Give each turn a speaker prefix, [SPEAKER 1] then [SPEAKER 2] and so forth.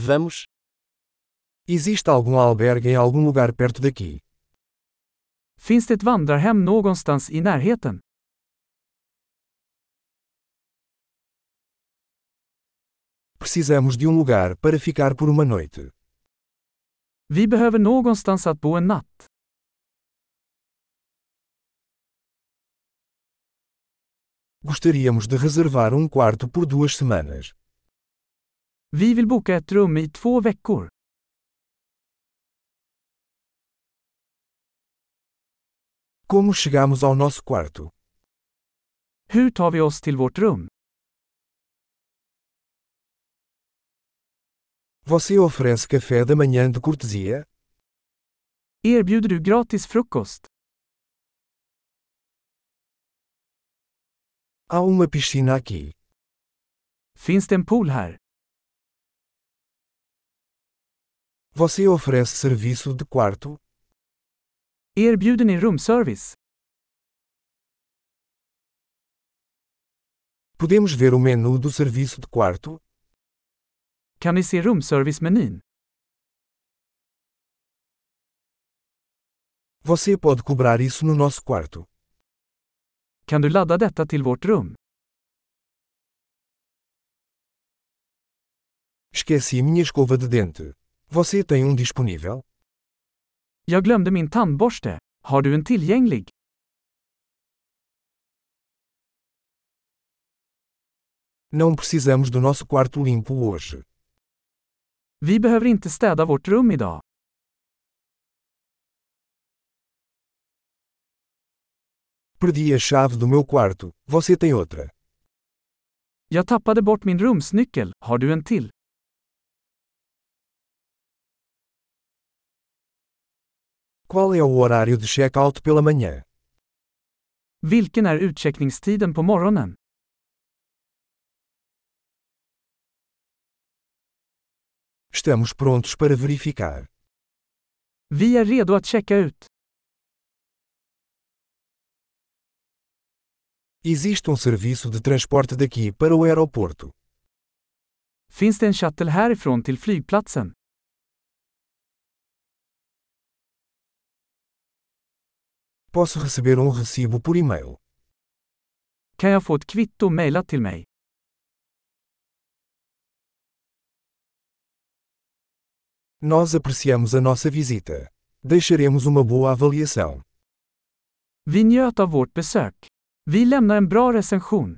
[SPEAKER 1] Vamos. Existe algum albergue em algum lugar perto daqui?
[SPEAKER 2] Finns det ett vandrarhem någonstans i närheten?
[SPEAKER 1] Precisamos de um lugar para ficar por uma noite.
[SPEAKER 2] Vi behöver någonstans att bo en natt.
[SPEAKER 1] Gostaríamos de reservar um quarto por duas semanas.
[SPEAKER 2] Vi vill boka ett rum i två veckor.
[SPEAKER 1] Como chegamos ao nosso quarto?
[SPEAKER 2] Hur tar vi oss till vårt rum?
[SPEAKER 1] Você oferece café da manhã de cortesia?
[SPEAKER 2] Erbjuder du gratis frukost?
[SPEAKER 1] Há uma piscina aqui.
[SPEAKER 2] Finns det en pool här?
[SPEAKER 1] Você oferece serviço de quarto?
[SPEAKER 2] Erbjuder ni rumservice?
[SPEAKER 1] Podemos ver o menu do serviço de quarto?
[SPEAKER 2] Kan ni se rumservice-menyn?
[SPEAKER 1] Você pode cobrar isso no nosso quarto.
[SPEAKER 2] Kan du ladda detta till vårt rum?
[SPEAKER 1] Esqueci minha escova de dente. Você tem um disponível?
[SPEAKER 2] Jag glömde min tandborste. Har du en tillgänglig?
[SPEAKER 1] Não precisamos do nosso quarto limpo hoje.
[SPEAKER 2] Vi behöver inte städa vårt rum idag.
[SPEAKER 1] Perdi a chave do meu quarto. Você tem outra?
[SPEAKER 2] Jag tappade bort min rumsnyckel. Har du en till?
[SPEAKER 1] Qual é o horário de check-out pela manhã?
[SPEAKER 2] Vilken är utcheckningstiden på morgonen?
[SPEAKER 1] Estamos prontos para verificar.
[SPEAKER 2] Vi är redo att checka ut.
[SPEAKER 1] Existe um serviço de transporte daqui para o aeroporto.
[SPEAKER 2] Finns det en shuttle härifrån till flygplatsen?
[SPEAKER 1] Posso receber um recibo por e-mail.
[SPEAKER 2] Kan jag få ett kvitto mejlat till mig?
[SPEAKER 1] Nós apreciamos a nossa visita. Deixaremos uma boa avaliação.
[SPEAKER 2] Vi njöt av vårt besök. Vi lämnar en bra recension.